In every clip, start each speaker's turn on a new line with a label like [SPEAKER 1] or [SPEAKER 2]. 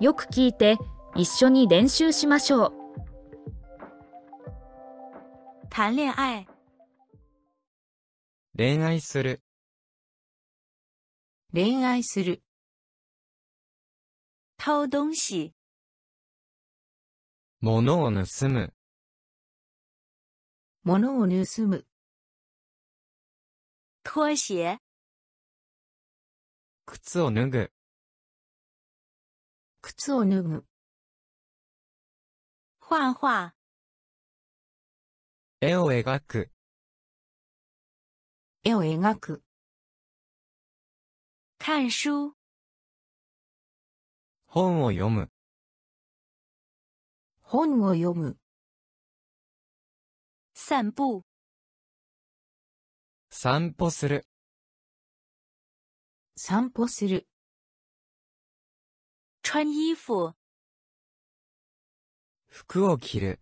[SPEAKER 1] よく聞いて一緒に練習しましょう
[SPEAKER 2] 谈恋爱、
[SPEAKER 3] 恋愛する、
[SPEAKER 4] 恋愛する、
[SPEAKER 2] 偷东西、
[SPEAKER 3] 物を盗む、
[SPEAKER 4] 物を盗む、
[SPEAKER 2] 拖鞋、
[SPEAKER 3] 靴を脱ぐ、
[SPEAKER 4] 靴を脱ぐ、
[SPEAKER 2] 画画、
[SPEAKER 3] 絵を描く、
[SPEAKER 4] 絵を描く、
[SPEAKER 2] 看书、
[SPEAKER 3] 本を読む、
[SPEAKER 4] 本を読む、
[SPEAKER 2] 散步、
[SPEAKER 3] 散歩する、
[SPEAKER 4] 散歩する、
[SPEAKER 2] 穿衣服、
[SPEAKER 3] 服を着る、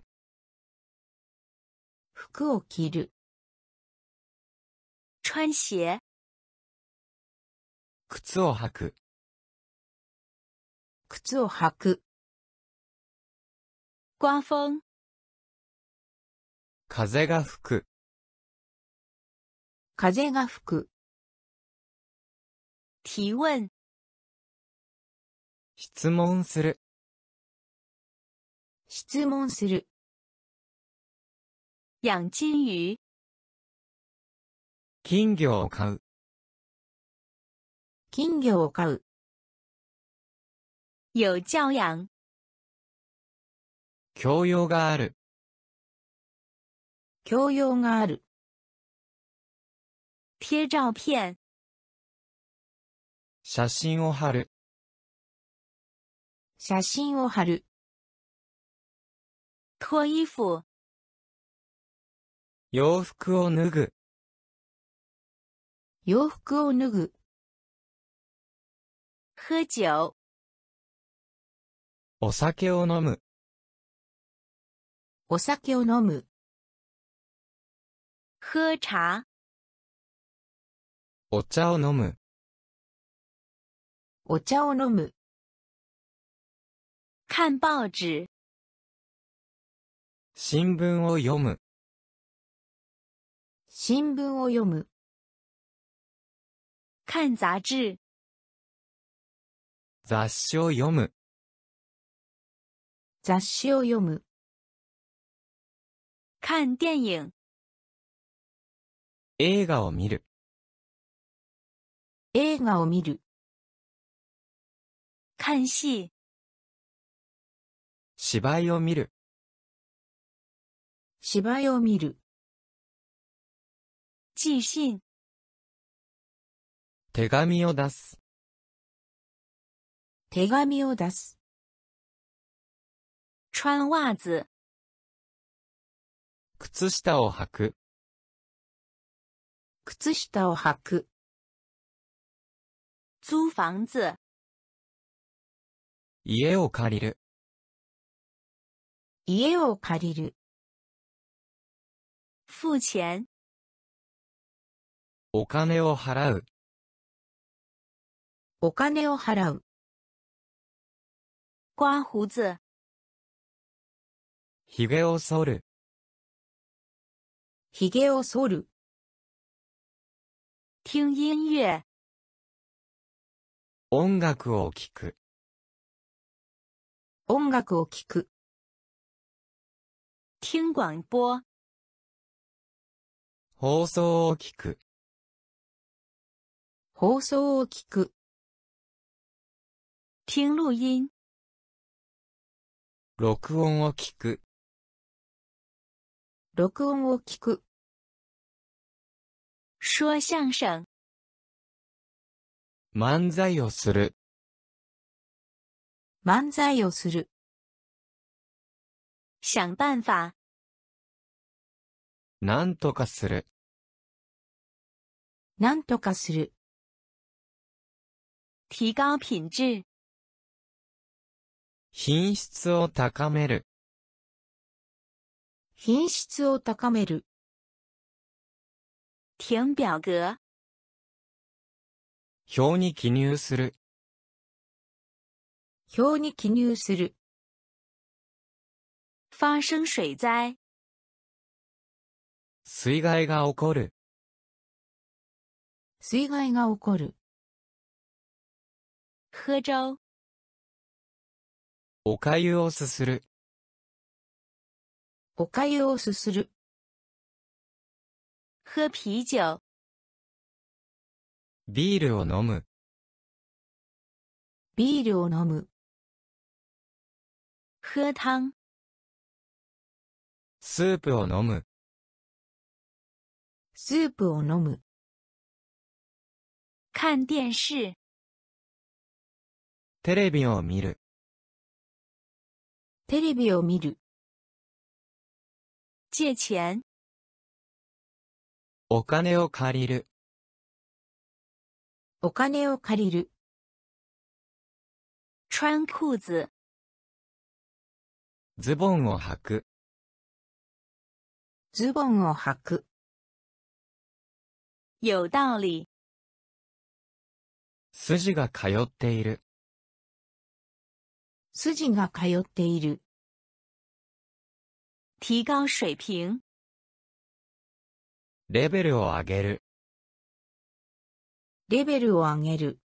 [SPEAKER 4] 服を着る、
[SPEAKER 2] 穿鞋、
[SPEAKER 3] 靴を履く、
[SPEAKER 4] 靴を履く、
[SPEAKER 2] 刮风、
[SPEAKER 3] 風が吹く、
[SPEAKER 4] 風が吹く、
[SPEAKER 2] 提问、
[SPEAKER 3] 質問する、
[SPEAKER 4] 質問する、
[SPEAKER 2] 养金鱼、
[SPEAKER 3] 金魚を買う、
[SPEAKER 4] 金魚を飼う、
[SPEAKER 2] 有教养、
[SPEAKER 3] 教養がある、
[SPEAKER 4] 教養がある、
[SPEAKER 2] 贴照片、
[SPEAKER 3] 写真を貼る、
[SPEAKER 4] 写真を貼る、
[SPEAKER 2] 脱衣服、
[SPEAKER 3] 洋服を脱ぐ、
[SPEAKER 4] 洋服を脱ぐ、
[SPEAKER 2] 喝酒、
[SPEAKER 3] お酒を飲む、
[SPEAKER 4] お酒を飲む、
[SPEAKER 2] 喝茶、
[SPEAKER 3] お茶を飲む、
[SPEAKER 4] お茶を飲む、
[SPEAKER 2] 看报纸、
[SPEAKER 3] 新聞を読む、
[SPEAKER 4] 新聞を読む、
[SPEAKER 2] 看杂志、
[SPEAKER 3] 雑誌を読む、
[SPEAKER 4] 雑誌を読む、
[SPEAKER 2] 看电影、
[SPEAKER 3] 映画を見る、
[SPEAKER 4] 映画を見る、
[SPEAKER 2] 看戏、
[SPEAKER 3] 芝居を見る、
[SPEAKER 4] 芝居を見る、
[SPEAKER 2] 寄信、
[SPEAKER 3] 手紙を出す、
[SPEAKER 4] 手紙を出す、
[SPEAKER 2] 穿袜子、
[SPEAKER 3] 靴下を履く、
[SPEAKER 4] 靴下を履く、
[SPEAKER 2] 租房子、
[SPEAKER 3] 家を借りる、
[SPEAKER 4] 家を借りる、
[SPEAKER 2] 付钱、
[SPEAKER 3] お金を払う、
[SPEAKER 4] お金を払う、
[SPEAKER 2] 刮胡子、
[SPEAKER 3] 髭を剃る、
[SPEAKER 4] 髭を剃る、
[SPEAKER 2] 听音乐、
[SPEAKER 3] 音楽を聴く、
[SPEAKER 4] 音楽を聴く、
[SPEAKER 2] 听广播、
[SPEAKER 3] 放送を聞く、
[SPEAKER 4] 放送を聞く、
[SPEAKER 2] 听录音、
[SPEAKER 3] 録音を聞く、
[SPEAKER 4] 録音を聞く、
[SPEAKER 2] 说相声、
[SPEAKER 3] 漫才をする、
[SPEAKER 4] 漫才をする、
[SPEAKER 2] 想办法、
[SPEAKER 3] なんとかする、
[SPEAKER 4] なんとかする、
[SPEAKER 2] 提高品质、
[SPEAKER 3] 品質を高める、
[SPEAKER 4] 品質を高める、
[SPEAKER 2] 填表格、
[SPEAKER 3] 表に記入する、
[SPEAKER 4] 表に記入する、
[SPEAKER 2] 发生水灾、
[SPEAKER 3] 水害が起こる、
[SPEAKER 4] 水害が起こる、
[SPEAKER 2] 喝粥、
[SPEAKER 3] おかゆをすする、
[SPEAKER 4] おかゆをすする、
[SPEAKER 2] 喝啤酒、
[SPEAKER 3] ビールを飲む、
[SPEAKER 4] ビールを飲む、
[SPEAKER 2] 喝汤、
[SPEAKER 3] スープを飲む、
[SPEAKER 4] スープを飲む、
[SPEAKER 2] 看电视、
[SPEAKER 3] テレビを見る、
[SPEAKER 4] テレビを見る、
[SPEAKER 2] 借钱、
[SPEAKER 3] お金を借りる、
[SPEAKER 4] お金を借りる、
[SPEAKER 2] 穿裤子、
[SPEAKER 3] ズボンを履く、
[SPEAKER 4] ズボンを履く、
[SPEAKER 2] 有道理、
[SPEAKER 3] 筋が通っている、
[SPEAKER 4] 筋が通っている、
[SPEAKER 2] 提高水平、
[SPEAKER 3] レベルを上げる、
[SPEAKER 4] レベルを上げる、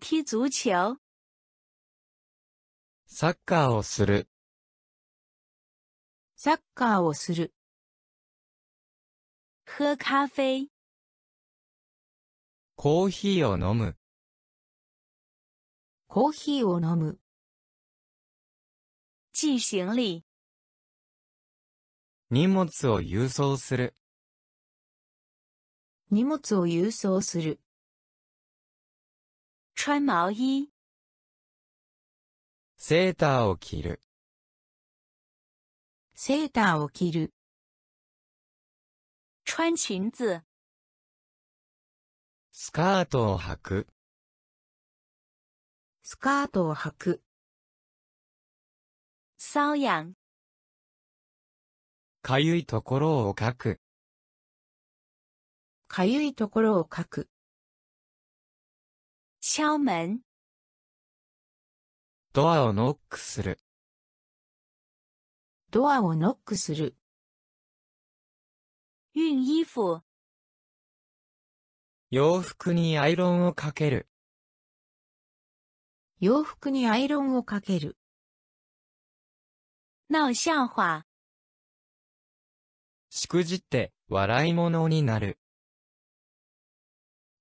[SPEAKER 2] 踢足球、
[SPEAKER 3] サッカーをする、
[SPEAKER 4] サッカーをする、
[SPEAKER 2] 喝咖啡、
[SPEAKER 3] コーヒーを飲む、
[SPEAKER 4] コーヒーを飲む、
[SPEAKER 2] 寄行李、
[SPEAKER 3] 荷物を郵送する、
[SPEAKER 4] 荷物を郵送する、
[SPEAKER 2] 穿毛衣、
[SPEAKER 3] セーターを着る、
[SPEAKER 4] セーターを着る、
[SPEAKER 2] 穿裙子、
[SPEAKER 3] スカートを履く、
[SPEAKER 4] スカートを履く、
[SPEAKER 2] 瘙痒、
[SPEAKER 3] かゆいところを書く、
[SPEAKER 4] かゆいところを書く、
[SPEAKER 2] 敲门、
[SPEAKER 3] ドアをノックする、
[SPEAKER 4] ドアをノックする、
[SPEAKER 2] 熨衣服、
[SPEAKER 3] 洋服にアイロンをかける、
[SPEAKER 4] 洋服にアイロンをかける、
[SPEAKER 2] 闹笑话、
[SPEAKER 3] しくじって笑い者になる。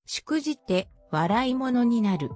[SPEAKER 4] しくじって笑い物になる。